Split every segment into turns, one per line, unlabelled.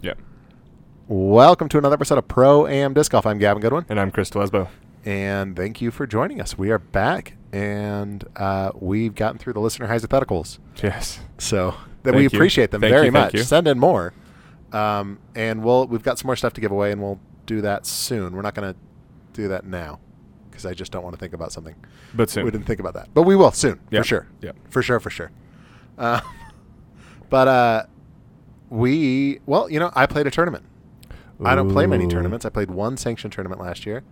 Yeah.
Welcome to another episode of Pro Am Disc Golf. I'm Gavin Goodwin,
And I'm Chris Lesbo.
and thank you for joining us. We are back, and uh, we've gotten through the listener hypotheticals.
Yes.
So that
Thank
we
you.
appreciate them
Thank
very
you, thank
much.
you.
Send in more, um, and we'll we've got some more stuff to give away, and we'll do that soon. We're not going to do that now because I just don't want to think about something.
But soon.
We didn't think about that, but we will soon
Yeah.
for sure.
Yeah.
for sure, for sure. Uh, but uh, we well, you know, I played a tournament. I don't play many
Ooh.
tournaments. I played one sanctioned tournament last year.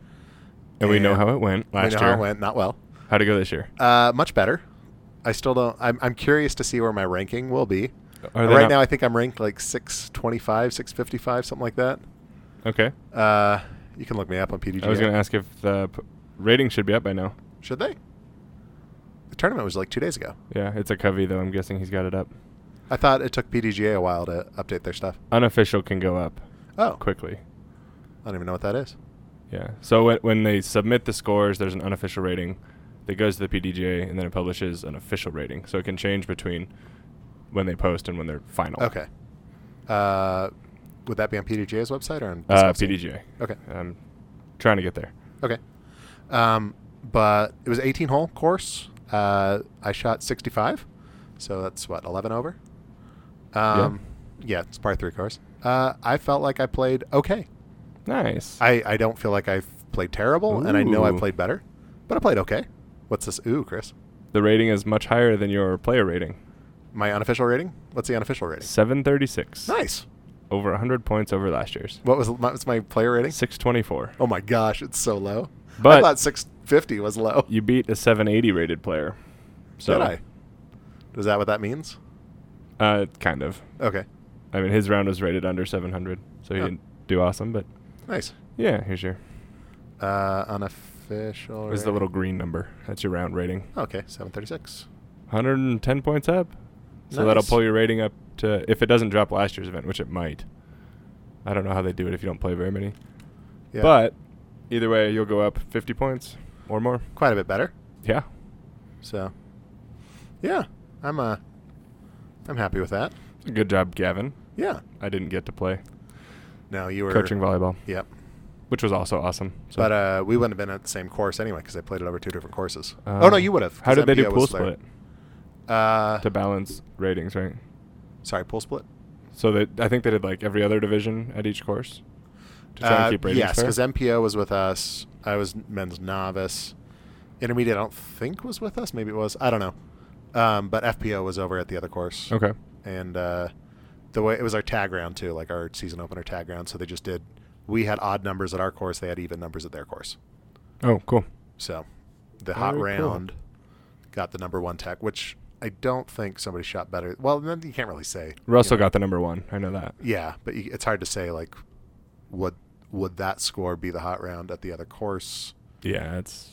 And we know
and
how it went
We
last
know
year.
how it went not well.
How'd it go this year?
Uh, much better. I still don't. I'm, I'm curious to see where my ranking will be.
Are they
Uh, right
not-
now, I think I'm ranked like 625, 655, something like that.
Okay.
Uh, you can look me up on PDG.
I was going to ask if the p- rating should be up by now.
Should they? The tournament was like two days ago.
Yeah, it's a Covey, though. I'm guessing he's got it up.
I thought it took PDGA a while to update their stuff.
Unofficial can go up
Oh,
quickly.
I don't even know what that is.
Yeah. So when, when they submit the scores, there's an unofficial rating that goes to the PDGA, and then it publishes an official rating. So it can change between when they post and when they're final.
Okay. Uh, would that be on PDGA's website or on
Uh,
Discop's?
PDGA.
Okay.
I'm Um, trying to get there.
Okay. Um, but it was 18 hole course. Uh, I shot 65, so that's what 11 over. Um, yeah. it's par three course. Uh, I felt like I played okay.
Nice.
I, I don't feel like I played terrible, and I know I
Ooh.
played better, but I played okay. What's this? Ooh, Chris,
the rating is much higher than your player rating.
my unofficial rating. What's the unofficial rating?
736.
Nice.
Over 100 points over last year's.
What was what was my player rating?
624.
Oh my gosh, it's so low. I
But-
thought 650 was low.
You beat a 780 rated player. So,
Did I? Is that what that means?
Uh, kind of.
Okay,
I mean, his round was rated under 700, so he
Oh.
didn't do awesome, but
nice.
yeah, here's your.
Uh, unofficial.
It was the
rating.
little green number. That's your round rating.
Okay, seven thirty-six.
110 points up. So that'll
Nice.
pull your rating up to, if it doesn't drop last year's event, which it might. I don't know how they do it if you don't play very many.
Yeah,
But either way, you'll go up 50 points or more.
quite a bit better.
Yeah.
So, yeah, I'm uh, I'm happy with that.
Good job, Gavin.
Yeah.
I didn't get to play
No, you were
coaching volleyball,
Yep.
which was also awesome. So
But uh, we wouldn't have been at the same course anyway because I played it over two different courses.
uh,
oh no, you would have.
How
'cause
did they do
MPO
pool
was there.
split
Uh,
to balance ratings, right?
sorry, pool split.
So that I think they did like every other division at each course to try
Uh,
and keep ratings
yes,
fair?
because MPO was with us. I was men's novice. Intermediate, I don't think was with us. Maybe it was. I don't know. Um, but FPO was over at the other course.
okay,
and uh, the way it was our tag round too, like our season opener tag round. So they just did. We had odd numbers at our course. They had even numbers at their course.
oh cool.
So the hot
Very cool.
round got the number one tag, which I don't think somebody shot better. Well, then you can't really say.
Russell
you know.
got the number one. I know that.
Yeah, but you, it's hard to say like would would that score be the hot round at the other course?
Yeah, that's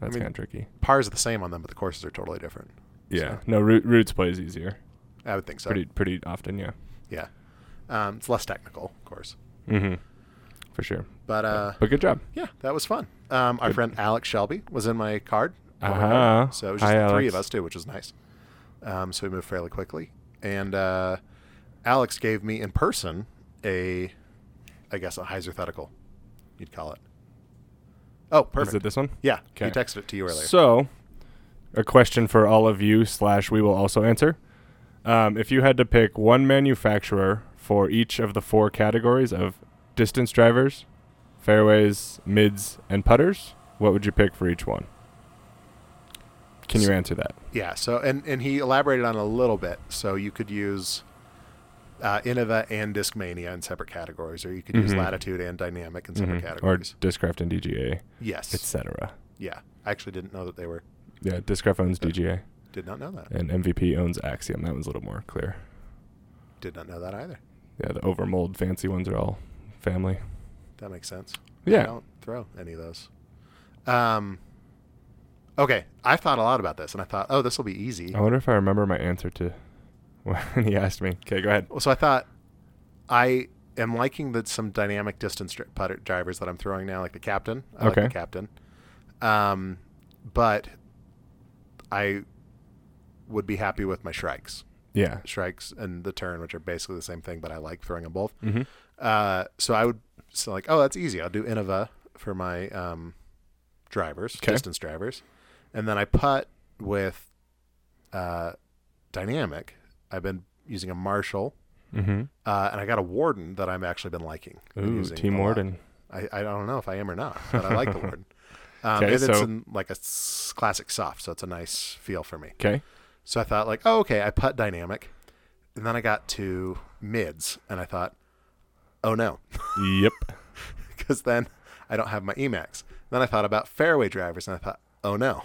that's
mean-
kind of tricky.
Pars are the same on them, but the courses are totally different.
Yeah,
So,
no, Ro- Roots plays easier
I would think so.
pretty pretty often. Yeah,
Yeah, um, it's less technical, of course,
mm-hmm. for sure.
but uh,
But good job.
Yeah, that was fun. Um, our friend Alex Shelby was in my card. on my
Uh-huh.
card. So it was just
Hi,
the three
Alex.
of us too, which was nice. Um, so we moved fairly quickly, and uh, Alex gave me in person a, I guess a hypothetical, you'd call it. Oh,
Is it
perfect.
this one?
Yeah, he
Okay.
texted it to you earlier.
So, a question for all of you slash we will also answer. Um, if you had to pick one manufacturer for each of the four categories of distance drivers, fairways, mids, and putters, what would you pick for each one? Can you answer that?
yeah, so and and he elaborated on it a little bit. So you could use. Uh, Innova and Discmania in separate categories, or you could use
Mhm.
Latitude and Dynamic in separate
Mhm. Or
categories.
Discraft and DGA,
yes.
etc.
yeah. I actually didn't know that they were.
Yeah, Discraft owns
But-
DGA
Did not know that.
and MVP owns Axiom. That one's a little more clear.
Did not know that either.
Yeah, the overmold fancy ones are all family.
That makes sense. I
Yeah.
don't throw any of those. Um, okay. I thought a lot about this and I thought, oh, this will be easy.
I wonder if I remember my answer to when he asked me. Okay, go ahead.
Well, So I thought I am liking that some dynamic distance dri- putter drivers that I'm throwing now, like the captain. I like
Okay.
the captain. Um, but I would be happy with my shrikes.
Yeah.
strikes and the turn, which are basically the same thing, but I like throwing them both.
Mm-hmm.
Uh, so I would so like, oh, that's easy. I'll do Innova for my um, drivers,
Okay.
distance drivers, and then I putt with uh, dynamic. I've been using a Marshall,
Mm-hmm.
uh, and I got a Warden that I've actually been liking. been
Ooh,
using
Team
a lot.
Warden.
I, I don't know if I am or not, but I like the Warden. Um,
Okay,
and it's
so-
in like a s- classic soft, so it's a nice feel for me.
Okay.
So I thought like, oh, okay, I putt dynamic, and then I got to mids, and I thought, oh no,
yep.
because then I don't have my Emacs. Then I thought about fairway drivers, and I thought, oh no,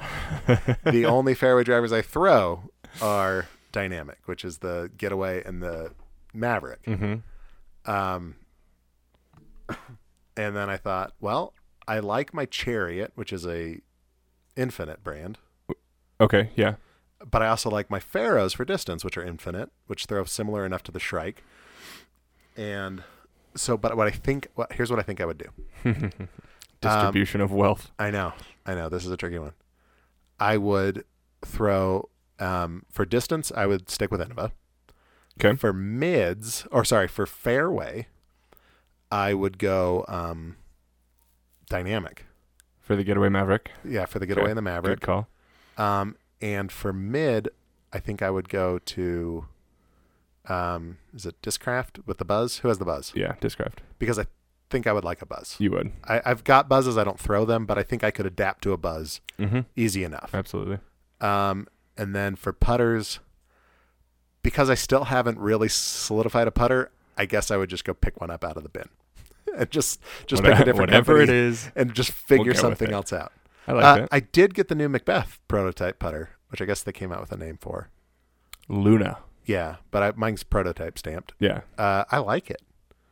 the only fairway drivers I throw are dynamic, which is the getaway and the Maverick.
Mm-hmm.
Um, and then I thought, well, I like my Chariot, which is a infinite brand,
Okay. Yeah.
but I also like my Pharaohs for distance, which are infinite, which throw similar enough to the Shrike. And so, but what I think, what, here's what I think I would do.
Distribution of wealth.
I know, I know, this is a tricky one. I would throw um, for distance. I would stick with Innova.
Okay.
For mids, or sorry, for fairway, I would go um, dynamic.
For the getaway Maverick.
Yeah, for the
Okay.
getaway and the
Good
Maverick.
call.
Um, and for mid, I think I would go to, um, is it Discraft with the Buzz? Who has the Buzz?
Yeah. Discraft.
Because I think I would like a Buzz.
You would.
I, I've got buzzes. I don't throw them, but I think I could adapt to a Buzz
Mm-hmm.
easy enough.
Absolutely.
Um, and then for putters, because I still haven't really solidified a putter, I guess I would just go pick one up out of the bin and just just pick a different
whatever
company
it is.
and just figure
go with
something
it.
else out.
I like
Uh,
that.
I did get the new Macbeth prototype putter, which I guess they came out with a name for.
Luna.
Yeah, but I, mine's prototype stamped.
Yeah.
Uh, I like it.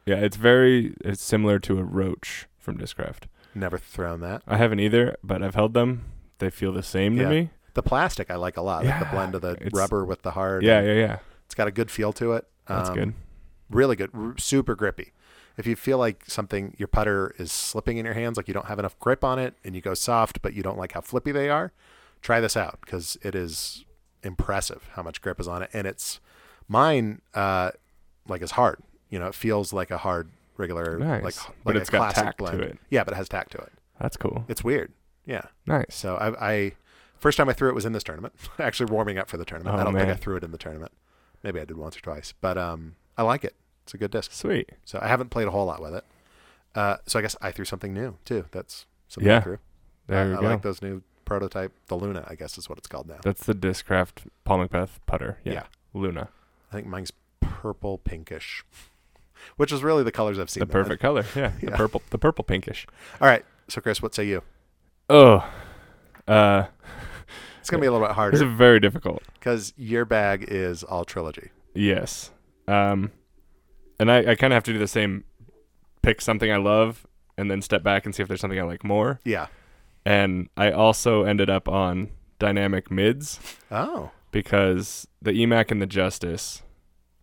Yeah. It's very. It's similar to a roach from Discraft.
Never thrown that.
I haven't either, but I've held them. They feel the same
Yeah.
to me.
The plastic I like a lot, like
Yeah,
the blend of the
it's-
rubber with the hard.
Yeah. Yeah. Yeah.
it's got a good feel to it.
That's
Um,
good.
really good, r- super grippy. If you feel like something, your putter is slipping in your hands, like you don't have enough grip on it and you go soft, but you don't like how flippy they are, try this out because it is impressive how much grip is on it. And it's mine, uh, like is hard. You know, it feels like a hard, regular,
Nice.
like,
But
like
it's
a
got
classic
tack to
blend.
it.
Yeah, but it has tack to it.
That's cool.
It's weird. Yeah.
Nice.
So I, I first time I threw it was in this tournament. Actually, warming up for the tournament.
Oh,
I don't
man.
think I threw it in the tournament. Maybe I did once or twice, but um, I like it. It's a good disc.
Sweet.
So I haven't played a whole lot with it. Uh, so I guess I threw something new too. That's something I
Yeah.
threw.
There
I,
we go.
I like those new prototype, the Luna, I guess is what it's called now.
That's the Discraft Paul Macbeth putter. Yeah.
Yeah.
Luna.
I think mine's purple pinkish, which is really the colors I've seen.
The
them in.
perfect color. Yeah. The
Yeah.
purple the purple pinkish.
All right. So Chris, what say you?
Oh. Uh
It's gonna be a little bit
this
harder
is very difficult.
because your bag is all trilogy.
Yes. Um and I, I kinda have to do the same pick something I love and then step back and see if there's something I like more.
Yeah.
And I also ended up on dynamic mids
Oh.
because the EMAC and the Justice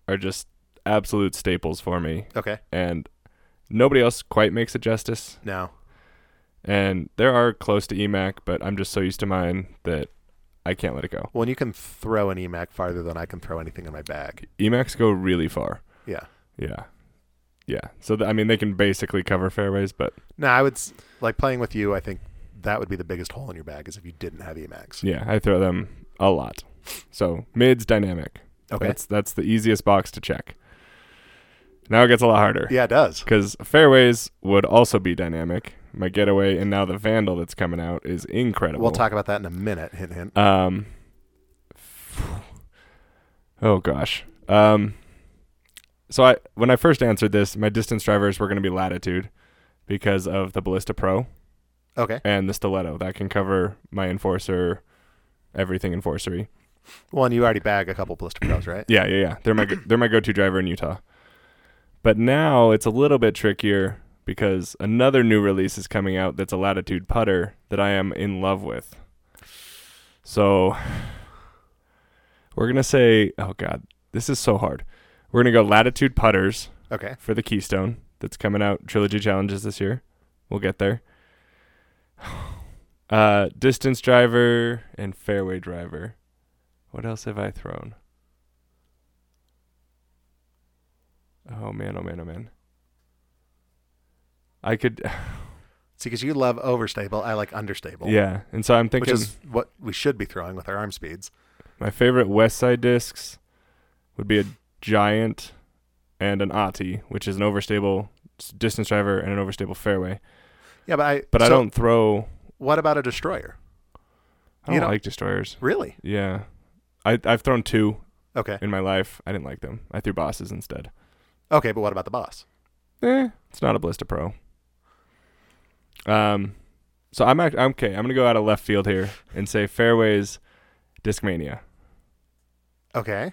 are just absolute staples for me.
Okay.
And nobody else quite makes it justice.
Now.
and there are close to EMAC, but I'm just so used to mine that I can't let it go.
Well, and you can throw an EMAC farther than I can throw anything in my bag.
EMACs E go really far.
Yeah.
Yeah, yeah. So th- I mean, they can basically cover fairways, but
No, I would s- like playing with you. I think that would be the biggest hole in your bag is if you didn't have E EMACs.
yeah, I throw them a lot. So mids dynamic.
Okay.
That's that's the easiest box to check. Now it gets a lot harder
yeah, it does.
because fairways would also be dynamic. My getaway and now the vandal that's coming out is incredible.
We'll talk about that in a minute. Hint, hint.
Um. Oh gosh. Um. So I when I first answered this, my distance drivers were going to be latitude because of the Ballista Pro
Okay.
and the stiletto that can cover my enforcer, everything enforcery.
Well, and you already bag a couple Blister Pros, right?
Yeah, yeah, yeah. They're my go- they're my go-to driver in Utah. But now it's a little bit trickier because another new release is coming out that's a latitude putter that I am in love with. So we're going to say, oh god, this is so hard. We're going to go latitude putters
Okay.
for the Keystone that's coming out trilogy challenges this year. We'll get there. Uh, distance driver and fairway driver. What else have I thrown? Oh man, oh man, oh man. I could
See, because you love overstable, I like understable.
yeah, and so I'm
Oh. which
thinking
is what we should be throwing with our arm speeds.
my favorite West Side discs would be a giant and an Ati, which is an overstable s- distance driver and an overstable fairway.
Yeah, but I.
But I
so
don't throw.
What about a destroyer?
I
You
don't
don't-
like destroyers.
Really?
Yeah, I I've thrown two
Okay.
in my life. I didn't like them. I threw bosses instead.
Okay, but what about the boss?
Eh, it's not a Blista Pro. Um, so I'm act- I'm okay. I'm gonna go out of left field here and say fairways, Discmania.
Okay.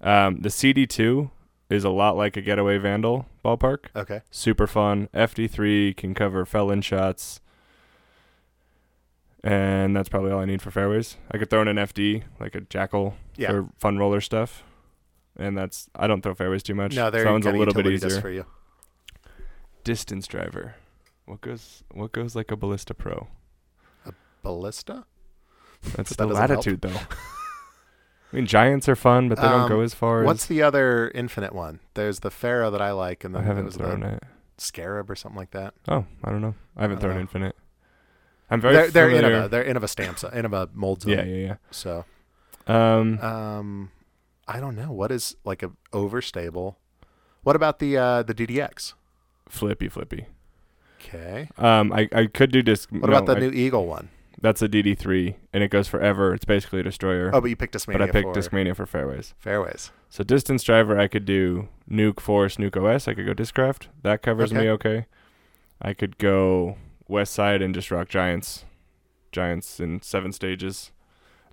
Um, the CD2 is a lot like a Getaway Vandal ballpark.
Okay.
Super fun. FD3 can cover fell-in shots. And that's probably all I need for fairways. I could throw in an FD, like a jackal
Yeah.
for fun roller stuff. And that's I don't throw fairways too much.
No,
so
they're
that one's a
kinda
little bit
utility discs
easier.
for you.
Distance driver. What goes what goes like a ballista pro?
Ballista.
That's
That
the
doesn't help.
latitude though. I mean giants are fun, but they
Um,
don't go as far
What's
as
the other infinite one? There's the pharaoh that I like, and
I
then
haven't
there's
thrown
the
it.
scarab or something like that.
Oh, I don't know. I haven't
I don't
thrown
know.
infinite. I'm very
They're, they're
familiar.
Innova. They're Innova stamps. Innova molds. Them.
yeah, yeah,
So,
yeah. Um,
um, I don't know what is like a overstable. What about the uh, the DDX?
flippy, flippy.
Okay.
Um, I, I could do disc.
What about the new Eagle one?
That's a DD3, and it goes forever. It's basically a destroyer.
Oh, but you picked Discmania
but I picked
for
Discmania for fairways.
fairways.
So distance driver, I could do Nuke Force, Nuke OS. I could go Discraft. That covers
Okay.
me okay. I could go West Side and just rock Giants. Giants in seven stages.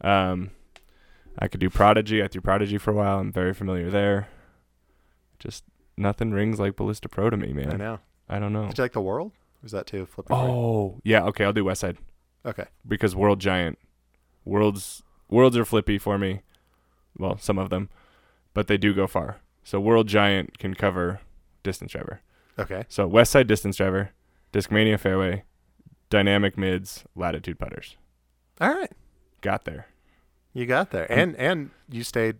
Um, I could do Prodigy. I threw Prodigy for a while. I'm very familiar there. Just nothing rings like Ballista Pro to me,
I
man.
know.
I don't know.
Did you like the world? Was that too flipping?
Oh, yeah. Okay, I'll do West Side.
Okay.
because World Giant, Worlds Worlds are flippy for me. Well, some of them, but they do go far. So World Giant can cover distance driver.
Okay.
So West Side distance driver, Discmania fairway, dynamic mids, latitude putters.
All right.
Got there.
You got there, and and you stayed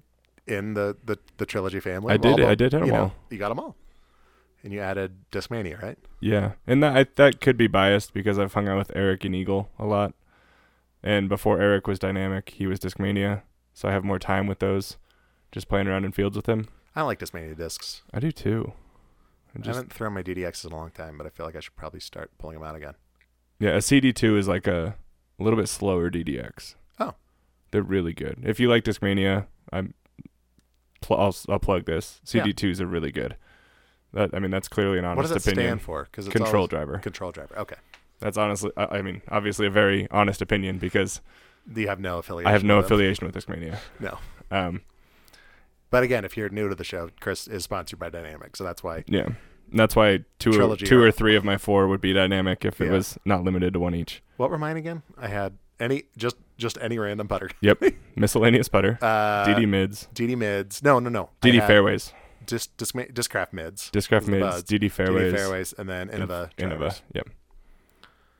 in the the, the trilogy family.
I
of all
did it.
the-
I did hit
you
'em
know,
all.
you got them all, and you added Discmania, right?
Yeah, and that I, that could be biased because I've hung out with Eric and Eagle a lot, and before Eric was dynamic, he was Discmania. So I have more time with those, just playing around in fields with him.
I like Discmania discs.
I do too. I
I
just
haven't thrown my DDXs in a long time, but I feel like I should probably start pulling them out again.
Yeah, a CD2 is like a, a little bit slower DDX.
Oh.
They're really good. If you like Discmania, I'm pl- I'll, s- I'll plug this.
Yeah.
CD2s are really good. That I mean, that's clearly an honest
what does it
opinion.
stand for? Because
Control driver.
Control driver. Okay.
That's honestly, I, I mean, obviously a very honest opinion because
Do you have no affiliation?
I have no
with them?
affiliation with Discmania.
No.
Um.
But again, if you're new to the show, Chris is sponsored by Dynamic, so that's why.
Yeah. And That's why two or,
Trilogy
two
or-
or three of my four would be dynamic if it
Yeah.
was not limited to one each.
What were mine again? I had any just just any random putter.
Yep. Miscellaneous putter,
Uh,
DD mids,
DD mids. No, no, no. I
DD
had
fairways,
Disc, disc, discraft mids.
discraft
the
mids,
buds.
DD
DD
fairways,
fairways, and then Innova.
Innova.
drivers.
Yep.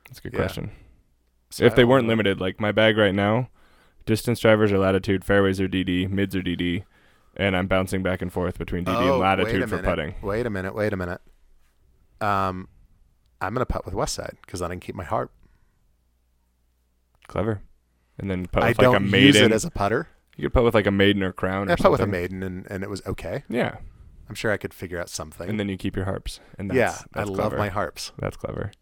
That's a good
Yeah.
question.
So
if
I
they
don't
weren't
know.
limited, like my bag right now, distance drivers are latitude, fairways are DD, mids are DD, and I'm bouncing back and forth between DD
Oh,
and
wait
latitude
a
for
minute.
putting.
Wait a minute. Wait a minute. Um, I'm gonna putt with Westside because then I can keep my heart.
Clever. And then put
I
with
don't
like a
use
maiden.
it as a putter.
you could put with like a maiden or crown or
I put with a
something.
maiden and, and it was okay.
Yeah.
I'm sure I could figure out something.
And then you keep your harps. And that's,
yeah, I
that's
love
clever.
my harps.
That's clever.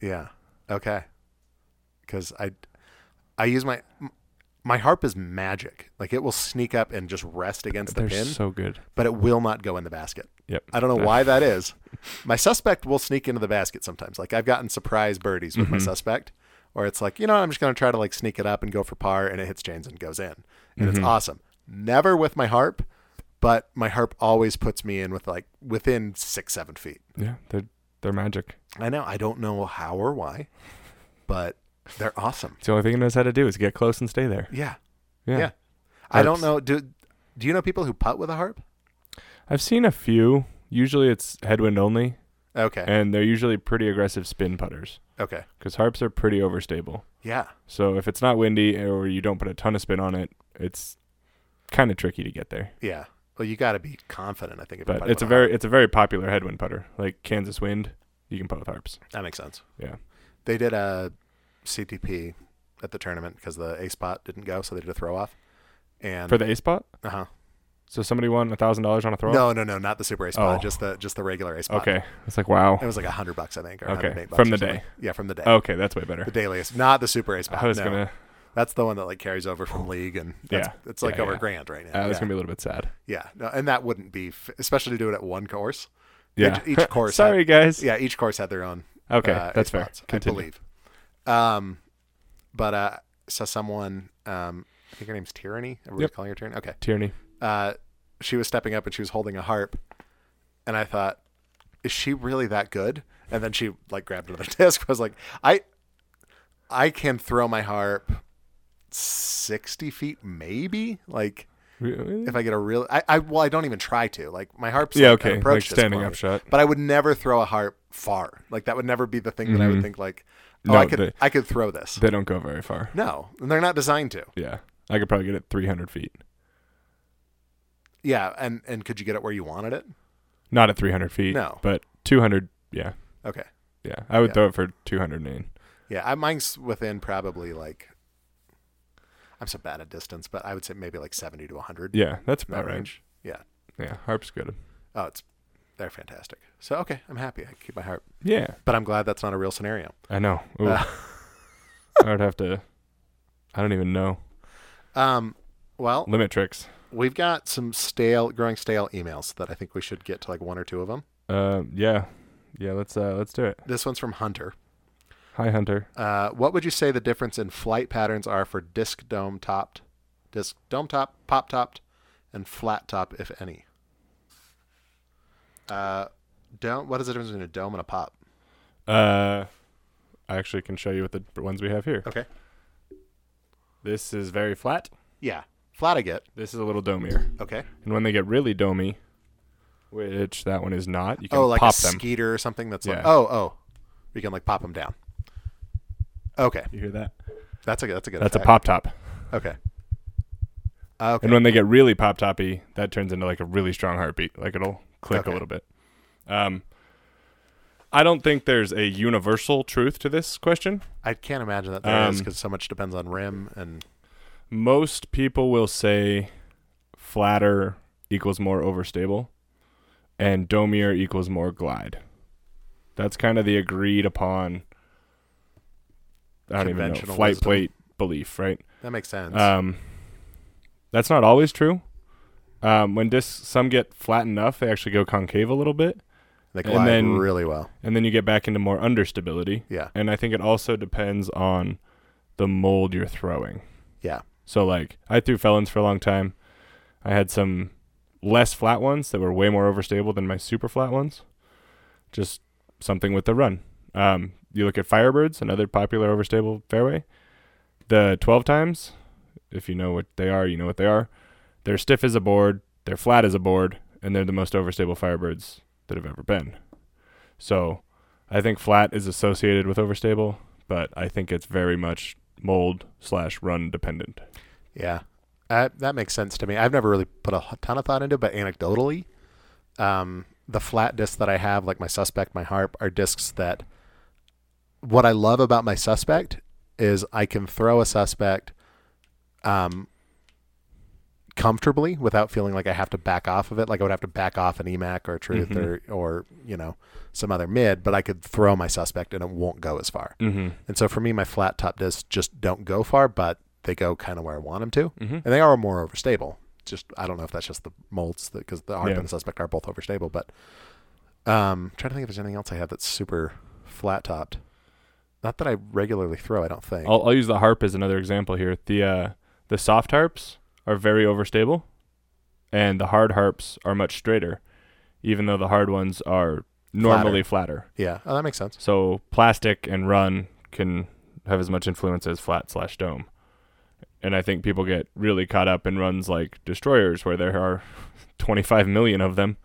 Yeah. Okay. Because I, I use my, my harp is magic. Like it will sneak up and just rest against the
They're
pin,
so good.
but it will not go in the basket.
Yep.
I don't know
They're-
why that is. My suspect will sneak into the basket sometimes. Like I've gotten surprise birdies with my
Mhm.
suspect, or it's like you know I'm just gonna try to like sneak it up and go for par, and it hits chains and goes in, and it's
Mhm.
awesome. Never with my harp, but my harp always puts me in with like within six seven feet.
Yeah. They're, they're magic.
I know I don't know how or why, but they're awesome.
It's the only thing it knows how to do is get close and stay there.
Yeah,
Yeah.
Yeah. I don't
Harps.
know. Do do you know people who putt with a harp?
I've seen a few. Usually it's headwind only,
Okay,
and they're usually pretty aggressive spin putters
okay,
because harps are pretty overstable.
yeah,
So if it's not windy or you don't put a ton of spin on it, it's kind of tricky to get there.
yeah. Well, you got to be confident. I think. if you're
But
putting
it's a
with a harp.
very it's a very popular headwind putter. Like Kansas Wind, you can putt with harps.
that makes sense.
Yeah.
They did a CTP at the tournament because the A spot didn't go, so they did a throw off. And
For the A spot?
uh huh.
So somebody won a thousand dollars on a throw?
No, no, no, not the super A spot.
Oh.
Just the just the regular A spot.
Okay. It's like wow.
It was like a hundred bucks, I think. Or
Okay,
108 bucks
from
or
the
something.
day.
Yeah, from the day.
Okay, that's way better.
The daily is not the super A spot.
I was
Uh, no.
gonna
That's the one that like carries over from league, and that's,
Yeah.
it's like
Yeah,
over
yeah.
a grand right now.
I was
yeah.
gonna be a little bit sad.
yeah, no, and that wouldn't be, f- especially to do it at one course.
Yeah.
Each- each course had-
Sorry guys.
Yeah, each course had their own.
Okay,
uh,
that's fair.
spots, I
Continue.
believe. Um, but uh, so someone, um, I think her name's Tyranny. Everybody's
Yep.
calling her Tyranny. Okay.
Tierney.
Uh, she was stepping up and she was holding a harp, and I thought, is she really that good? And then she like grabbed another disc. I was like, I, I can throw my harp sixty feet, maybe. Like
Really?
if I get a real, I, I well, I don't even try to. Like my harp's
Yeah,
like, an
okay.
approach
Like
disc
standing
for me
up shot.
but I would never throw a harp far. Like that would never be the thing that I would
Mhm.
think like, oh,
No,
I could
they-
I could throw this.
They don't go very far.
no, and they're not designed to.
Yeah. I could probably get it three hundred feet.
Yeah, and and could you get it where you wanted it?
Not at three hundred feet.
No.
But two hundred yeah.
Okay.
Yeah. I would
Yeah.
throw it for two hundred and eight.
Yeah, I, mine's within probably like I'm so bad at distance, but I would say maybe like 70 to 100
Yeah, that's
in that
about right.
range. Yeah.
Yeah. Harp's good.
Oh, it's they're fantastic. So okay, I'm happy. I keep my harp,
Yeah.
but I'm glad that's not a real scenario.
I know. Ooh.
Uh,
I would have to I don't even know.
Um, well,
Limit tricks.
we've got some stale, growing stale emails that I think we should get to like one or two of them.
Uh, yeah, yeah. Let's uh, let's do it.
This one's from Hunter.
Hi, Hunter.
Uh, what would you say the difference in flight patterns are for disc dome topped, disc dome top, pop topped, and flat top, if any? Uh, dome. What is the difference between a dome and a pop?
Uh, I actually can show you what the ones we have here.
Okay.
This is very flat.
Yeah, flat I get.
This is a little domier.
Okay.
And when they get really domy, which that one is not, you can
Oh, like
pop
a
them.
skeeter or something. That's like
Yeah.
oh oh, you can like pop them down. Okay,
You hear that?
that's a good. That's a good.
That's a
effect.
pop top.
Okay. Okay.
And when they get really pop toppy, that turns into like a really strong heartbeat. Like it'll click
Okay.
a little bit. Um, I don't think there's a universal truth to this question.
I can't imagine that there is
Um,
because so much depends on rim and
most people will say flatter equals more overstable and domier equals more glide. That's kind of the agreed upon I don't even know
Conventional
flight
wisdom.
plate belief, right?
that makes sense.
Um that's not always true. Um, when discs some get flat enough, they actually go concave a little bit,
they
and
glide
then-
really well.
and then you get back into more understability.
Yeah.
And I think it also depends on the mold you're throwing.
Yeah.
So like I threw felons for a long time. I had some less flat ones that were way more overstable than my super flat ones. Just something with the run. Um, you look at Firebirds, another popular overstable fairway. The 12 times, if you know what they are, you know what they are. They're stiff as a board, they're flat as a board, and they're the most overstable Firebirds that have ever been. So I think flat is associated with overstable, but I think it's very much mold slash run dependent.
Yeah, uh, that makes sense to me. I've never really put a h- ton of thought into, it, but anecdotally, um, the flat discs that I have, like my suspect, my harp, are discs that. What I love about my suspect is I can throw a suspect, um, comfortably without feeling like I have to back off of it. Like I would have to back off an EMAC or a truth
Mhm.
or or you know some other mid, but I could throw my suspect and it won't go as far.
Mm-hmm.
And so for me, my flat top discs just don't go far, but they go kind of where I want them to
Mm-hmm.
and they are more overstable. Just I don't know if that's just the molds because the harp
Yeah.
and the suspect are both overstable. But um, trying to think if there's anything else I have that's super flat topped. Not that I regularly throw. I don't think.
I'll, I'll use the harp as another example here. The uh, the soft harps are very overstable, and the hard harps are much straighter, even though the hard ones are normally flatter.
Yeah, oh, that makes sense.
So plastic and run can have as much influence as flat slash dome. And I think people get really caught up in runs like destroyers, where there are 25 million of them.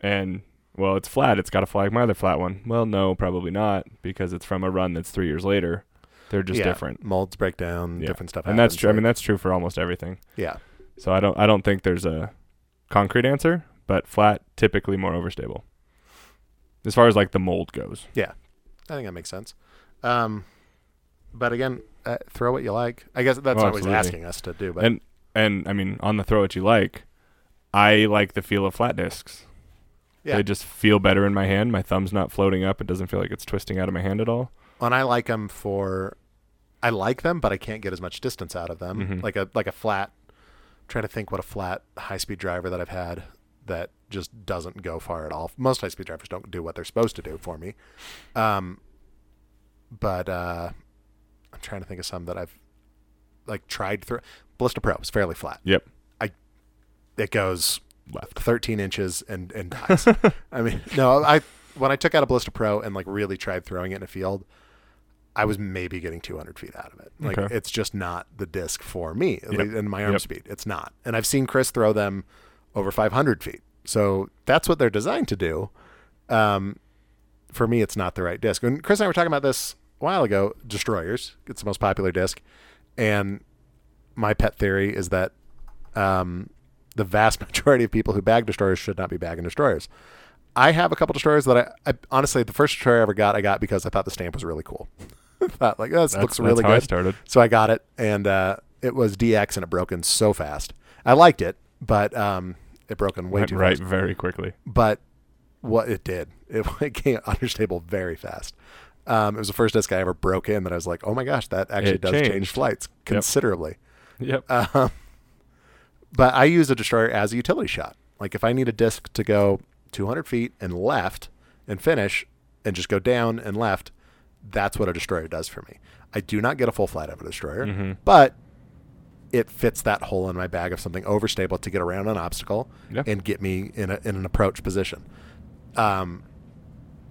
And well, it's flat. It's got to flag my other flat one. Well, no, probably not, because it's from a run that's three years later. They're just
Yeah,
different.
Molds break down.
Yeah.
Different stuff.
and that's
happens,
true. I
like-
mean, that's true for almost everything.
yeah,
So I don't, I don't think there's a concrete answer, but flat typically more overstable. As far as like the mold goes.
Yeah, I think that makes sense. Um, but again, uh, throw what you like. I guess that's
Oh,
not what he's
absolutely.
asking us to do. But
and and I mean on the throw what you like, I like the feel of flat discs.
yeah,
They just feel better in my hand. My thumb's not floating up. It doesn't feel like it's twisting out of my hand at all.
and I like them for, I like them, but I can't get as much distance out of them.
Mhm.
Like a like a flat. trying to think what a flat high speed driver that I've had that just doesn't go far at all. Most high speed drivers don't do what they're supposed to do for me. Um, but uh, I'm trying to think of some that I've like tried through. Ballista Pro is fairly flat.
Yep.
It goes
Left.
13 inches and and dies. I mean, no, I when I took out a Ballista Pro and like really tried throwing it in a field, I was maybe getting 200 feet out of it. Like
Okay.
it's just not the disc for me at
Yep.
least in my arm
Yep.
speed. It's not. And I've seen Chris throw them over 500 feet. So that's what they're designed to do. Um, for me, it's not the right disc. And Chris and I were talking about this a while ago. Destroyers, it's the most popular disc, and my pet theory is that um, the vast majority of people who bag destroyers should not be bagging destroyers. I have a couple destroyers that I, I honestly the first destroyer I ever got I got because I thought the stamp was really cool. I thought like "Oh, this
That's,
looks really
that's how I
good,
started.
so I got it, and uh, it was DX and it broke in so fast. I liked it, but um, it broke in way
Went
too
right
fast
very quickly.
but what it did, it, it came understable very fast. Um, it was the first disc I ever broke in that I was like, oh my gosh, that actually
It
does change
changed.
flights considerably.
Yep.
Um, but I use a destroyer as a utility shot. Like if I need a disc to go 200 feet and left and finish and just go down and left, that's what a destroyer does for me. I do not get a full flight out of a destroyer,
Mhm.
but it fits that hole in my bag of something overstable to get around an obstacle
Yeah.
and get me in, a, in an approach position. Um,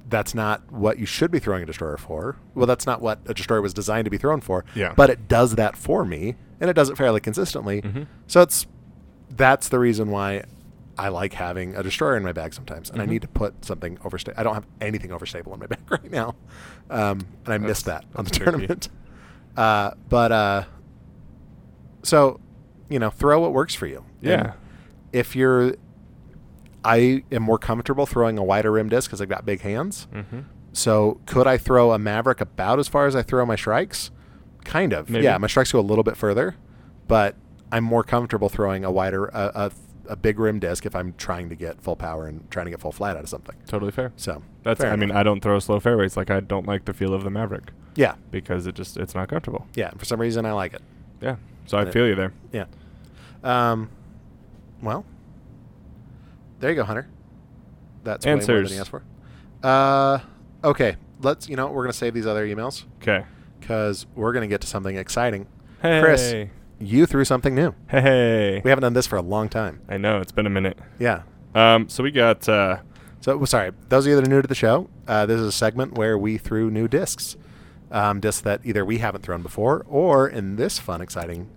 that's not what you should be throwing a destroyer for. Well, that's not what a destroyer was designed to be thrown for.
Yeah.
But it does that for me, and it does it fairly consistently.
Mhm.
So it's that's the reason why I like having a destroyer in my bag sometimes, and
Mhm.
I need to put something overstable. I don't have anything overstable in my bag right now, um, and I missed that
That's-
on the
that's tricky.
tournament. Uh, but uh, so you know, throw what works for you. And
Yeah.
if you're, I am more comfortable throwing a wider rim disc because I've got big hands.
Mm-hmm.
So could I throw a Maverick about as far as I throw my Shrikes? Kind of.
Maybe.
Yeah, my Shrikes go a little bit further, but I'm more comfortable throwing a wider, a, a, a big rim disc if I'm trying to get full power and trying to get full flight out of something.
Totally fair.
So
That's
fair
I mean,
enough.
I don't throw slow fairways. Like I don't like the feel of the Maverick
yeah,
because it just it's not comfortable.
yeah. For some reason, I like it.
Yeah. So I
Yeah.
feel you there.
Yeah. Um. Well, there you go, Hunter. That's way more
Answers.
than he asked for. Uh. Okay. Let's. You know, what, we're gonna save these other emails
Okay.
because we're gonna get to something exciting.
Hey.
Chris, you threw something new.
Hey.
We haven't done this for a long time.
I know it's been a minute.
Yeah.
Um. So we got. Uh,
So well, sorry, those of you that are new to the show, uh, this is a segment where we threw new discs, um, discs that either we haven't thrown before or in this fun, exciting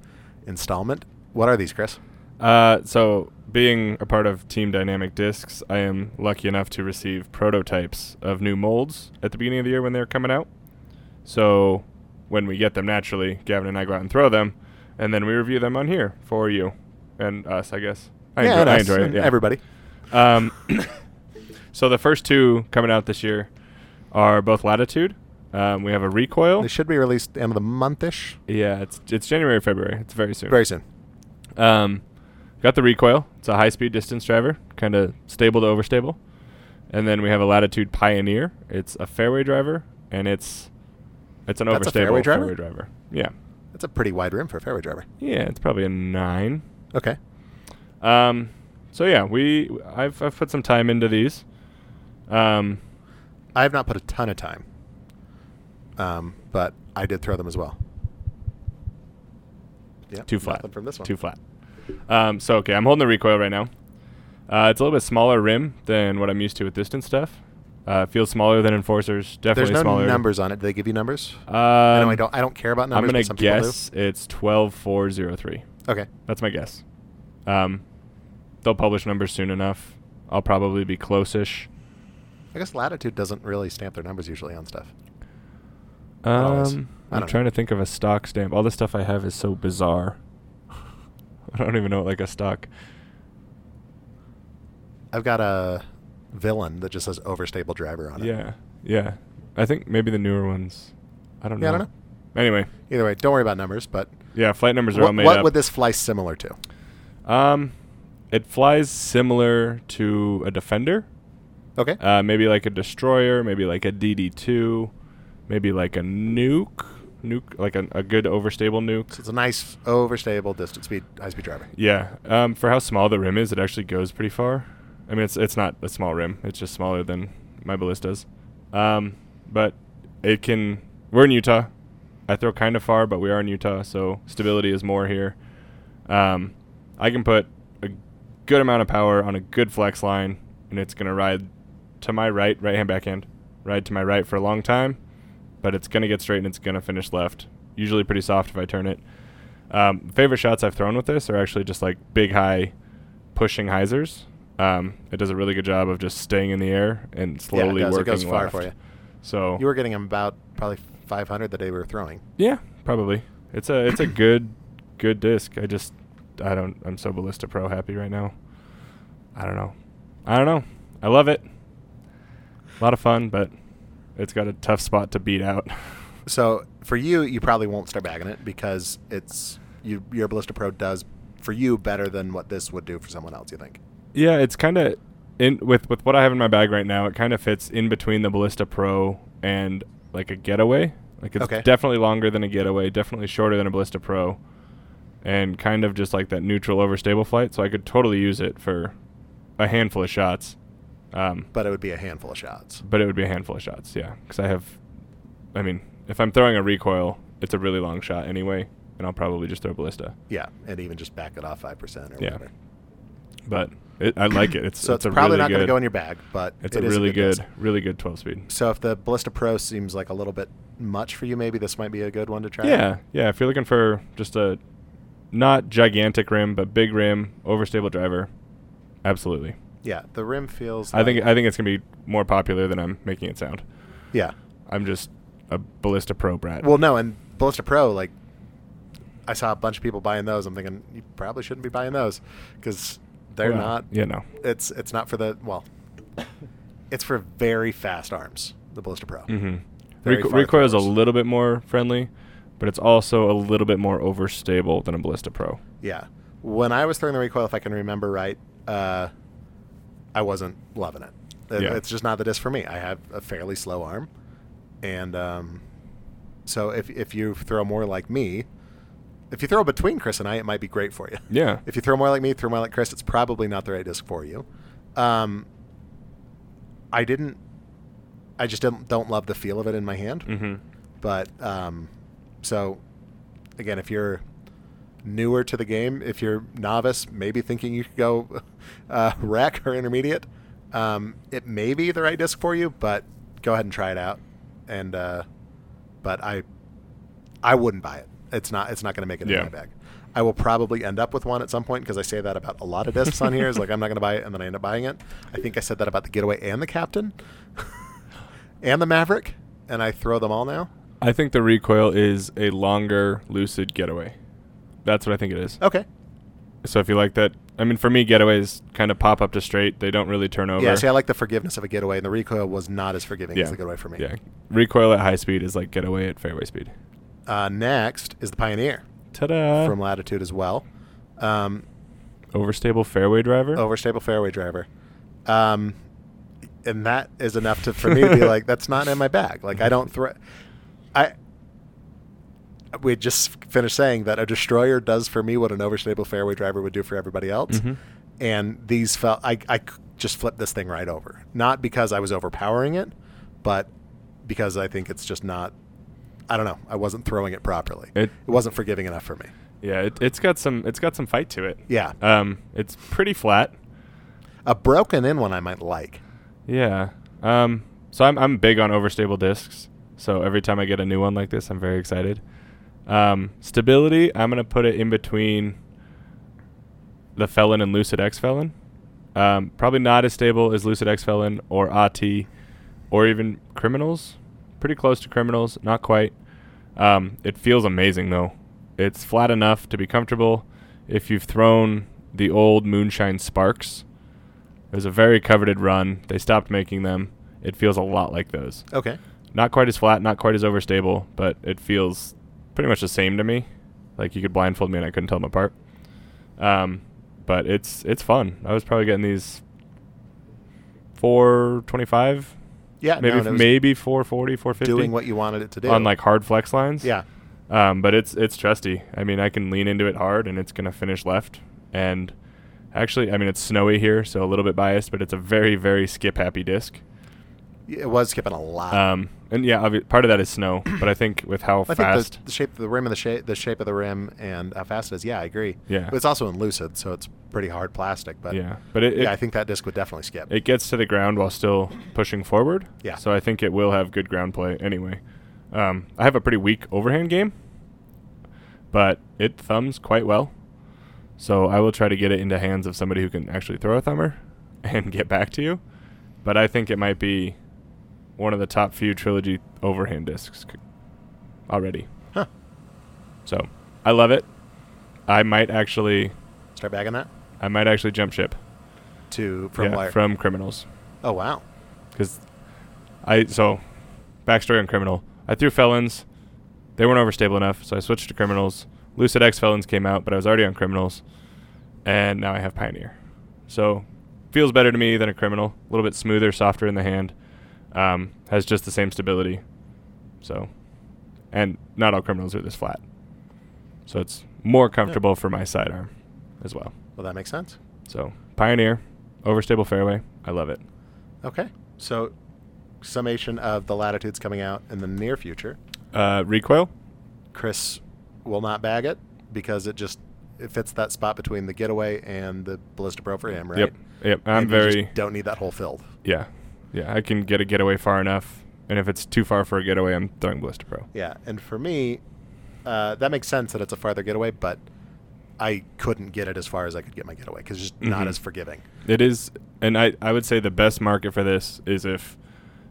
installment. What are these, Chris?
Uh, so, being a part of Team Dynamic Discs, I am lucky enough to receive prototypes of new molds at the beginning of the year when they're coming out. So, when we get them naturally, Gavin and I go out and throw them, and then we review them on here for you and us, I guess. I
Yeah,
enjoy, I
us
enjoy it.
and
Yeah.
Everybody.
Um, so, the first two coming out this year are both Latitude. Um, we have a recoil.
They should be released end of the monthish,
yeah, it's it's January, February. It's very soon.
very soon.
Um, got the recoil. It's a high-speed distance driver, kind of stable to overstable. And then we have a Latitude Pioneer. It's a fairway driver, and it's it's an
That's a
overstable
fairway driver?
Yeah,
That's a pretty wide rim for a fairway driver.
yeah, it's probably a nine.
Okay.
Um, so yeah, we I've I've put some time into these. Um,
I have not put a ton of time, um, but I did throw them as well. Yeah,
too flat
nothing from this one.
Too flat. Um, so okay, I'm holding the recoil right now. Uh, it's a little bit smaller rim than what I'm used to with distance stuff. Uh, feels smaller than enforcers. Definitely
There's no
smaller.
numbers on it. Do they give you numbers?
Um,
I know I don't. I don't care about
I'm
numbers.
gonna
but some people do.
guess it's twelve four zero three.
Okay.
That's my guess. Um, they'll publish numbers soon enough. I'll probably be close-ish.
I guess latitude doesn't really stamp their numbers usually on stuff. Not always.
Um,
I
I'm
don't
trying
know.
to think of a stock stamp. All the stuff I have is so bizarre. I don't even know what, like a stock
I've got a villain that just says overstable driver on it.
Yeah, yeah. I think maybe the newer ones. I don't know.
Yeah, I don't
Anyway,
Either way, don't worry about numbers, but
yeah, flight numbers are all
what,
made
what
up.
would this fly similar to?
um, it flies similar to a Defender,
Okay.
uh, maybe like a destroyer, maybe like a DD two, maybe like a nuke, nuke like a, a good overstable
So
nuke.
it's a nice overstable distance speed high speed driver.
Yeah. Um, for how small the rim is, it actually goes pretty far. I mean, it's it's not a small rim. It's just smaller than my ballistas. Um, but it can. We're in Utah. I throw kind of far, but we are in Utah, so stability is more here. Um, I can put a good amount of power on a good flex line, and it's gonna ride to my right, right hand backhand, ride to my right for a long time, but it's gonna get straight and it's gonna finish left. Usually pretty soft if I turn it. Um, favorite shots I've thrown with this are actually just like big high, pushing hyzers. Um, it does a really good job of just staying in the air and slowly
yeah, it does.
working
it goes far
left.
for you.
So
You were getting 'em about probably 500 the day we were throwing.
yeah, probably. It's a it's a good good disc. I just I don't I'm so Ballista Pro happy right now. I don't know. I don't know. I love it. A lot of fun, but it's got a tough spot to beat out.
So for you, you probably won't start bagging it because it's you, your Ballista Pro does for you better than what this would do for someone else. You think?
yeah, it's kind of in with with what I have in my bag right now. It kind of fits in between the Ballista Pro and like a getaway. Like it's
Okay.
definitely longer than a getaway, definitely shorter than a Ballista Pro, and kind of just like that neutral overstable flight. So I could totally use it for a handful of shots. Um,
But it would be a handful of shots.
but it would be a handful of shots, yeah. Because I have, I mean, if I'm throwing a recoil, it's a really long shot anyway, and I'll probably just throw ballista.
Yeah, and even just back it off five percent or
Yeah.
whatever.
But it, I like it. It's
So
it's,
it's,
a really
probably not
good,
going to go in your bag, but
It's
it
a
is
really good,
disc.
really good 12 speed.
So if the Ballista Pro seems like a little bit much for you, maybe this might be a good one to try.
Yeah, yeah. If you're looking for just a not gigantic rim, but big rim, overstable driver, absolutely.
yeah. The rim feels.
I think
like-
I think it's gonna be more popular than I'm making it sound.
yeah.
I'm just a ballista pro brat.
Well, no, and Ballista Pro, like, I saw a bunch of people buying those. I'm thinking you probably shouldn't be buying those because they're
Well,
not.
Yeah, no.
It's it's not for the well. It's for very fast arms. The Ballista Pro.
Mm-hmm.
Very
Reco-
far
recoil is a
throwers.
little bit more friendly, but it's also a little bit more overstable than a Ballista Pro.
Yeah. When I was throwing the recoil, if I can remember right, uh, I wasn't loving it. It-
Yeah.
It's just not the disc for me. I have a fairly slow arm, and um, so if if you throw more like me, if you throw between Chris and I, it might be great for you.
Yeah.
If you throw more like me, throw more like Chris, it's probably not the right disc for you. Um, I didn't. I just didn't don't love the feel of it in my hand.
Mm-hmm.
But um, so again, if you're newer to the game, if you're novice, maybe thinking you could go uh, rec or intermediate, um, it may be the right disc for you. But go ahead and try it out. And uh, but I I wouldn't buy it. It's not it's not going to make it
Yeah.
in my bag. I will probably end up with one at some point because I say that about a lot of discs on here. Is like I'm not going to buy it, and then I end up buying it. I think I said that about the Getaway and the Captain and the Maverick, and I throw them all now.
I think the recoil is a longer lucid getaway. That's what I think it is.
Okay.
So if you like that, I mean, for me, getaways kind of pop up to straight. They don't really turn over.
Yeah, see, I like the forgiveness of a getaway, and the recoil was not as forgiving as
Yeah.
the getaway for me.
Yeah. Recoil at high speed is like getaway at fairway speed.
Uh, next is the Pioneer
Ta-da!
from Latitude as well. Um,
Overstable fairway driver.
overstable fairway driver. Um, and that is enough to for me to be like, that's not in my bag. Like I don't throw. I. We just finished saying that a destroyer does for me what an overstable fairway driver would do for everybody else,
Mhm.
and these felt I I c- just flipped this thing right over. Not because I was overpowering it, but because I think it's just not. I don't know. I wasn't throwing it properly.
It-
it wasn't forgiving enough for me.
Yeah, it, it's got some it's got some fight to it.
Yeah,
Um, it's pretty flat.
a broken in one I might like.
Yeah. Um, so I'm I'm big on overstable discs. So every time I get a new one like this, I'm very excited. Um, stability, I'm gonna put it in between the Felon and Lucid X Felon. Um, probably not as stable as Lucid X Felon or AT or even Criminals. Pretty close to Criminals, not quite. Um, it feels amazing though. It's flat enough to be comfortable. If you've thrown the old Moonshine Sparks, It was a very coveted run. They stopped making them. It feels a lot like those.
Okay.
Not quite as flat, not quite as overstable, but it feels pretty much the same to me. Like you could blindfold me and I couldn't tell them apart. Um, but it's it's fun. I was probably getting these four twenty five,
Yeah.
maybe
no, that was
maybe four forty, four fifty
doing what you wanted it to do.
on like hard flex lines.
yeah.
Um, but it's it's trusty. I mean, I can lean into it hard, and it's gonna finish left. And actually, I mean, it's snowy here, so a little bit biased, but it's a very very skip happy disc.
It was skipping a lot.
Um, and yeah, obvi- part of that is snow, but I think with how
I
fast,
think the, the shape of the rim and the shape the shape of the rim and how fast it is. Yeah, I agree.
yeah,
But it's also in lucid, so it's pretty hard plastic. But
yeah, but it, it
yeah, I think that disc would definitely skip.
it gets to the ground while still pushing forward.
Yeah.
So I think it will have good ground play anyway. Um, I have a pretty weak overhand game, but it thumbs quite well. So I will try to get it into hands of somebody who can actually throw a thumber and get back to you. But I think it might be one of the top few trilogy overhand discs c- already.
Huh.
So I love it. I might actually,
Start bagging that
I might actually jump ship
to from
Yeah,
where?
from criminals.
oh wow.
because I so backstory on criminal. I threw felons. They weren't overstable enough, so I switched to criminals. Lucid X felons came out, but I was already on criminals, and now I have pioneer. So feels better to me than a criminal. A little bit smoother, softer in the hand. Um, has just the same stability. So, and not all criminals are this flat. So it's more comfortable for my sidearm as well.
Well, that makes sense.
So pioneer, overstable fairway. I love it.
Okay. So, summation of the latitudes coming out in the near future.
Uh, recoil.
Chris will not bag it because it just it fits that spot between the getaway and the Ballista Pro for him, right?
Yep. Yep. I'm
And you just
very
don't need that hole filled.
yeah. Yeah. I can get a getaway far enough. And if it's too far for a getaway, I'm throwing Blister Pro.
Yeah, and for me, uh, that makes sense that it's a farther getaway, but I couldn't get it as far as I could get my getaway because just not
Mhm.
as forgiving.
It is and I, I would say the best market for this is if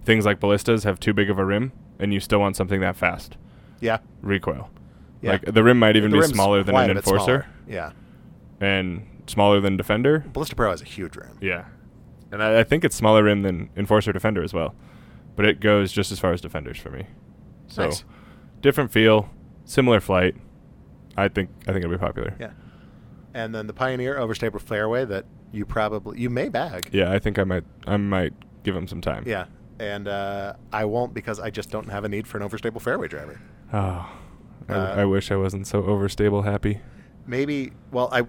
things like ballistas have too big of a rim and you still want something that fast.
Yeah,
Recoil.
Yeah.
Like the rim might even
The
be
rim's
smaller than
quite
an
a bit smaller.
enforcer
Yeah,
and smaller than defender.
Ballista Pro has a huge room.
Yeah. And I, I think it's smaller rim than enforcer defender as well. But it goes just as far as defenders for me. So
Nice.
different feel, similar flight. I think I think it'll be popular.
Yeah, and then the Pioneer overstable fairway that you probably you may bag.
Yeah, I think I might I might give him some time.
Yeah, and uh, I won't because I just don't have a need for an overstable fairway driver.
Oh, I,
Uh,
I wish I wasn't so overstable happy.
Maybe. Well, I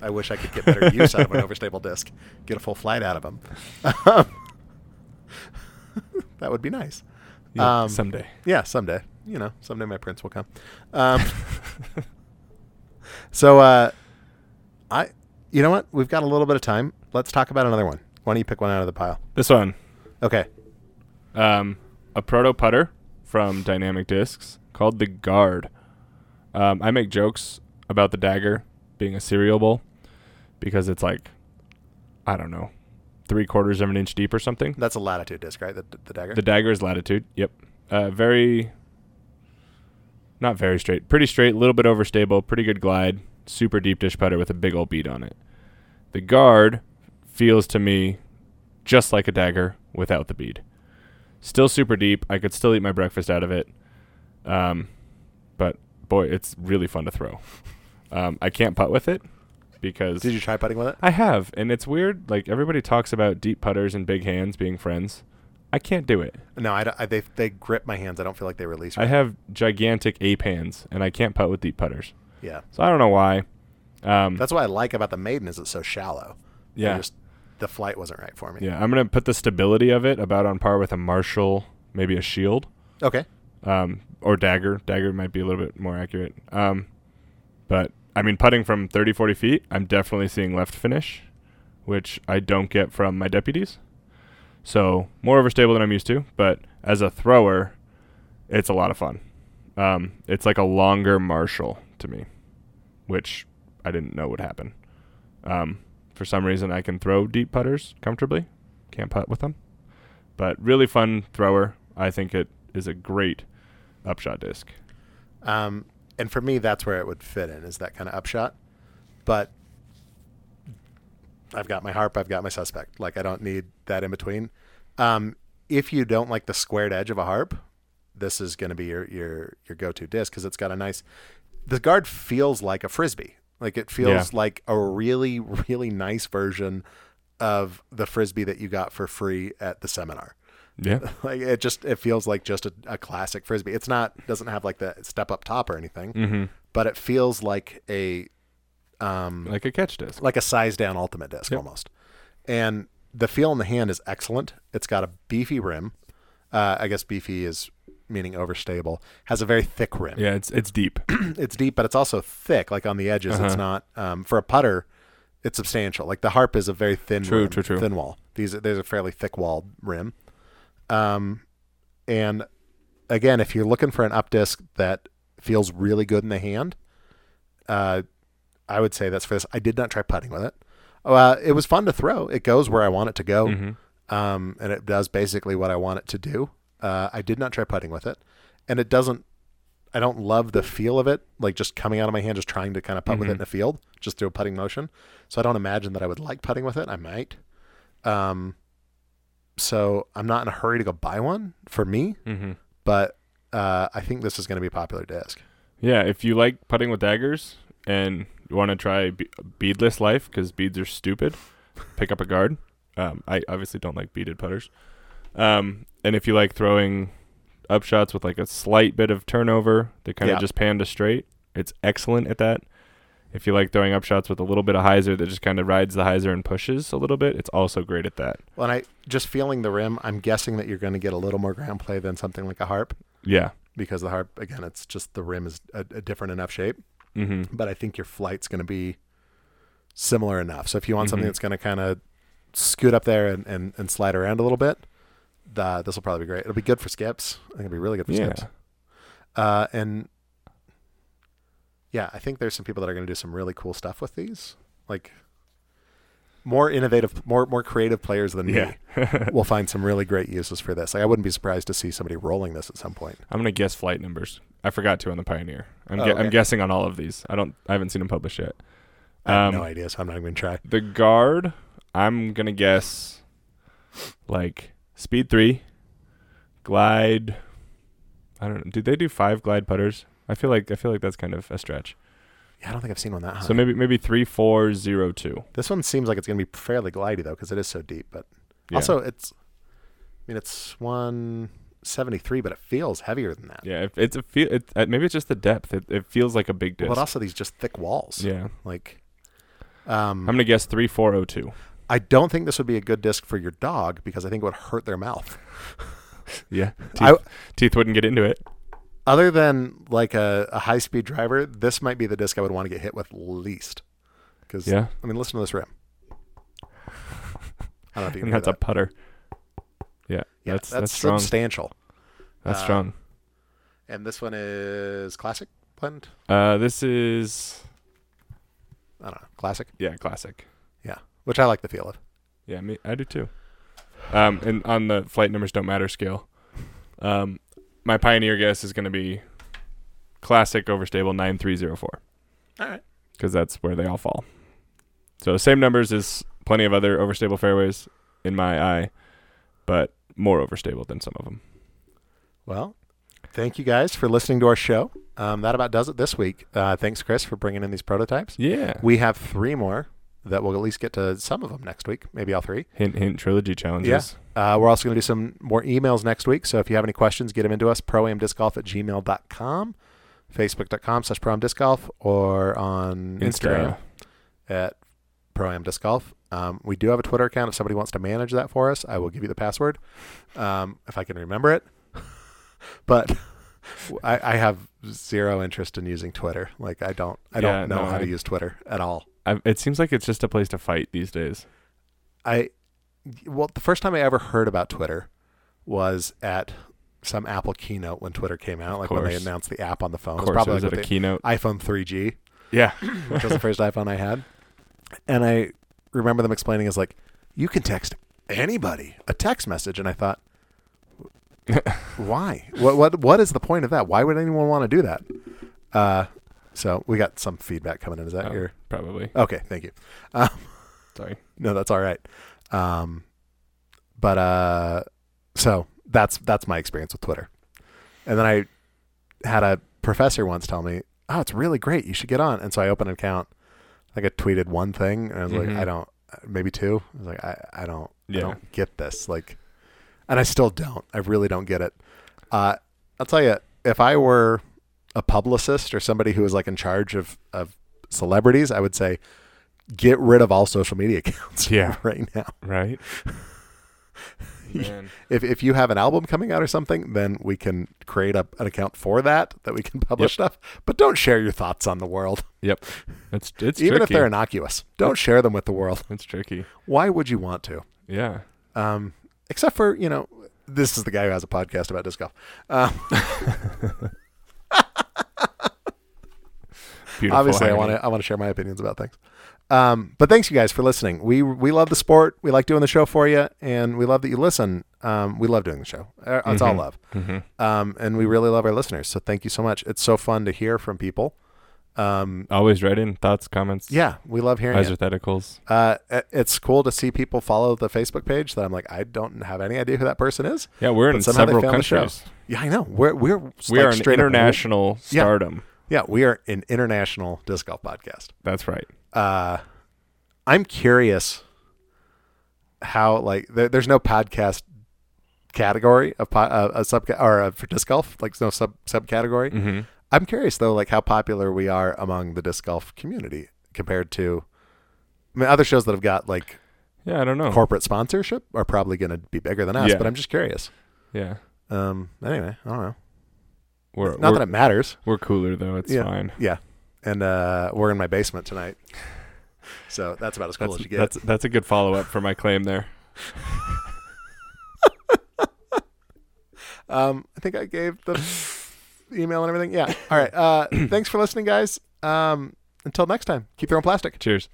I wish I could get better use out of an overstable disc. Get a full flight out of them. that would be nice.
Yeah,
Um,
someday.
Yeah, someday. You know, someday my prince will come. Um, so, uh, I, you know what? We've got a little bit of time. Let's talk about another one. Why don't you pick one out of the pile?
This one,
Okay.
um, a proto putter from Dynamic Discs called the Guard. Um, I make jokes about the dagger being a cereal bowl because it's like, I don't know, three quarters of an inch deep or something.
That's a latitude disc, right? The, the dagger?
The dagger is latitude. Yep. Uh, very, not very straight. Pretty straight. A little bit overstable. Pretty good glide. Super deep dish putter with a big old bead on it. The guard feels to me just like a dagger without the bead. Still super deep. I could still eat my breakfast out of it. Um, but boy, it's really fun to throw. Um, I can't putt with it because
Did you try putting with it?
I have, and it's weird. Like everybody talks about deep putters and big hands being friends. I can't do it.
No, I, don't- I they, they grip my hands. I don't feel like they release.
I
right.
have gigantic ape hands, and I can't putt with deep putters.
yeah.
So I don't know why. Um,
That's what I like about the maiden is it's so shallow. I
yeah,
just- the flight wasn't right for me.
yeah. I'm gonna put the stability of it about on par with a martial, maybe a shield,
Okay.
um, or dagger. Dagger might be a little bit more accurate. Um, but I mean, putting from 30, 40 feet, I'm definitely seeing left finish, which I don't get from my deputies. So more overstable than I'm used to. But as a thrower, it's a lot of fun. Um, it's like a longer martial to me, which I didn't know would happen. Um, for some reason, I can throw deep putters comfortably. Can't putt with them, but really fun thrower. I think it is a great upshot disc.
Um, and for me, that's where it would fit in is that kind of upshot. But I've got my harp, I've got my suspect. Like I don't need that in between. Um, if you don't like the squared edge of a harp, this is going to be your your your go-to disc because it's got a nice. The guard feels like a frisbee. Like it feels like a really really nice version of the frisbee that you got for free at the seminar.
Yeah.
Like it just it feels like just a, a classic frisbee. It's not doesn't have like the step up top or anything,
Mm-hmm.
but it feels like a um
Like a catch disc.
like a size down ultimate disc
Yep.
almost. And the feel in the hand is excellent. It's got a beefy rim. Uh, I guess beefy is meaning overstable. Has a very thick rim.
Yeah, it's it's deep.
It's deep, but it's also thick. Like on the edges, it's
Uh-huh.
not um, for a putter. It's substantial. Like the harp is a very thin,
True,
rim,
true, true.
thin wall. These are, there's a fairly thick walled rim. Um, and again, if you're looking for an up disc that feels really good in the hand, uh, I would say that's for this. I did not try putting with it. Uh, it was fun to throw. It goes where I want it to go,
Mm-hmm.
um, and it does basically what I want it to do. Uh, I did not try putting with it, and it doesn't. I don't love the feel of it, like just coming out of my hand, just trying to kind of putt with it
Mhm.
in the field, just through a putting motion. So I don't imagine that I would like putting with it. I might. Um, so I'm not in a hurry to go buy one for me,
Mm-hmm.
but uh, I think this is going to be a popular disc.
Yeah, if you like putting with daggers and you want to try be- beadless life because beads are stupid, pick up a guard. Um, I obviously don't like beaded putters. Um, and if you like throwing upshots with like a slight bit of turnover that kind of
Yeah.
just pan to straight, it's excellent at that. If you like throwing upshots with a little bit of hyzer that just kind of rides the hyzer and pushes a little bit, it's also great at that.
Well, and I just feeling the rim, I'm guessing that you're going to get a little more ground play than something like a harp
Yeah.
because the harp, again, it's just the rim is a, a different enough shape.
Mm-hmm.
But I think your flight's going to be similar enough. So if you want something
Mhm.
that's going to kind of scoot up there and, and, and slide around a little bit, uh, this will probably be great. It'll be good for skips. I think it'll be really good for
Yeah.
skips. Uh, and yeah, I think there's some people that are going to do some really cool stuff with these. Like more innovative, more more creative players than me
Yeah.
will find some really great uses for this. Like I wouldn't be surprised to see somebody rolling this at some point.
I'm gonna guess flight numbers. I forgot to on the Pioneer. I'm,
Oh,
gue-
okay.
I'm guessing on all of these. I don't. I haven't seen them published yet.
I have
Um,
no idea, so I'm not even going to try.
The guard. I'm gonna guess like speed three, glide. I don't know. Did they do five glide putters? I feel like I feel like that's kind of a stretch.
Yeah, I don't think I've seen one that high.
So maybe maybe three four zero two.
this one seems like it's going to be fairly glidey though, because it is so deep. But
Yeah.
also, it's I mean, it's 173, but it feels heavier than that.
yeah, it, it's a feel. It, uh, maybe it's just the depth. It, it feels like a big disc.
But also these just thick walls.
yeah,
Like, um,
I'm gonna guess three four zero two.
I don't think this would be a good disc for your dog because I think it would hurt their mouth.
Yeah, teeth,
I-
teeth wouldn't get into it.
Other than like a, a high speed driver, this might be the disc I would want to get hit with least. Because
Yeah,
I mean, listen to this rim. I don't know if you
and
can hear
that's a
that.
putter. Yeah,
Yeah,
that's
that's,
that's strong.
substantial.
That's
Uh,
strong.
And this one is classic blend.
Uh, this is
I don't know, classic.
yeah, classic.
Yeah, which I like the feel of.
Yeah, me, I do too. Um, and on the flight numbers don't matter scale, um, my pioneer guess is going to be classic overstable nine three zero four
All right.
because that's where they all fall. So same numbers as plenty of other overstable fairways in my eye, but more overstable than some of them.
Well, thank you guys for listening to our show. Um, that about does it this week. Uh, thanks, Chris, for bringing in these prototypes.
Yeah.
We have three more that we'll at least get to some of them next week, maybe all three.
Hint hint trilogy challenges.
Uh, we're also going to do some more emails next week. So if you have any questions, get them into us, proamdiscgolf at gmail.com, facebook.com slash proamdiscgolf, or on
Instagram.
Instagram, at proamdiscgolf. Um, we do have a Twitter account. If somebody wants to manage that for us, I will give you the password um, if I can remember it. but I, I have zero interest in using Twitter. Like I don't, I
Yeah,
don't know
no,
how to
I-
use Twitter at all.
I, it seems like it's just a place to fight these days.
I well, the first time I ever heard about Twitter was at some Apple keynote when Twitter came out, like when they
course.
announced the app on the phone.
Of
It was
course, it
Oh, probably
was
like
at a
with
keynote.
the iPhone 3G,
Yeah.
which was the first iPhone I had. And I remember them explaining as like, you can text anybody a text message, and I thought, why? What what what is the point of that? Why would anyone want to do that? Uh, so we got some feedback coming in. Is that
Oh,
your
probably.
okay? Thank you. Um,
Sorry.
No, that's all right. Um, but uh, so that's that's my experience with Twitter. And then I had a professor once tell me, "Oh, it's really great. You should get on." And so I opened an account. I think I tweeted one thing, and I was
Mhm.
like, "I don't." Maybe two. I was like, "I I don't."
Yeah.
I don't get this. Like, and I still don't. I really don't get it. Uh, I'll tell you, if I were a publicist or somebody who was like in charge of of celebrities, I would say, get rid of all social media accounts.
Yeah.
right now.
Right. Man.
If if you have an album coming out or something, then we can create a, an account for that that we can publish stuff. But don't share your thoughts on the world,
Yep. It's it's
even if
tricky.
they're innocuous. Don't share them with the world.
it's tricky.
Why would you want to?
Yeah.
Um, except for you know, this is the guy who has a podcast about disc golf. Um,
Beautiful.
obviously, I want
irony.
to I want to share my opinions about things. Um, but thanks you guys for listening. We we love the sport. We like doing the show for you, and we love that you listen. Um, we love doing the show. Uh, It's all
Mhm.
love.
Mhm.
Um, and we really love our listeners. So thank you so much. It's so fun to hear from people. Um,
Always write in thoughts, comments,
yeah, we love hearing it.
hypotheticals.
Uh, it- it's cool to see people follow the Facebook page that I'm like, I don't have any idea who that person is.
Yeah, we're in
But somehow they
several
found the show.
countries.
Yeah, I know. We're we're
We
like
are an
straight up-
international
Yeah.
stardom.
Yeah, we are an international disc golf podcast.
That's right.
Uh, I'm curious how like there, there's no podcast category of po- uh, a sub or uh, for disc golf like no sub subcategory.
Mm-hmm.
I'm curious though like how popular we are among the disc golf community compared to I mean other shows that have got like
Yeah, I don't know.
corporate sponsorship are probably going to be bigger than us,
Oh. Yeah.
but I'm just curious.
yeah,
Um anyway, I don't know.
we're
Not
we're,
that it matters.
we're cooler though. It's
Yeah.
fine.
And uh we're in my basement tonight. So that's about as cool
That's,
as you get.
that's that's a good follow up for my claim there.
Um, I think I gave the email and everything. Yeah. All right. Uh, thanks for listening, guys. Um, until next time, keep throwing plastic.
Cheers.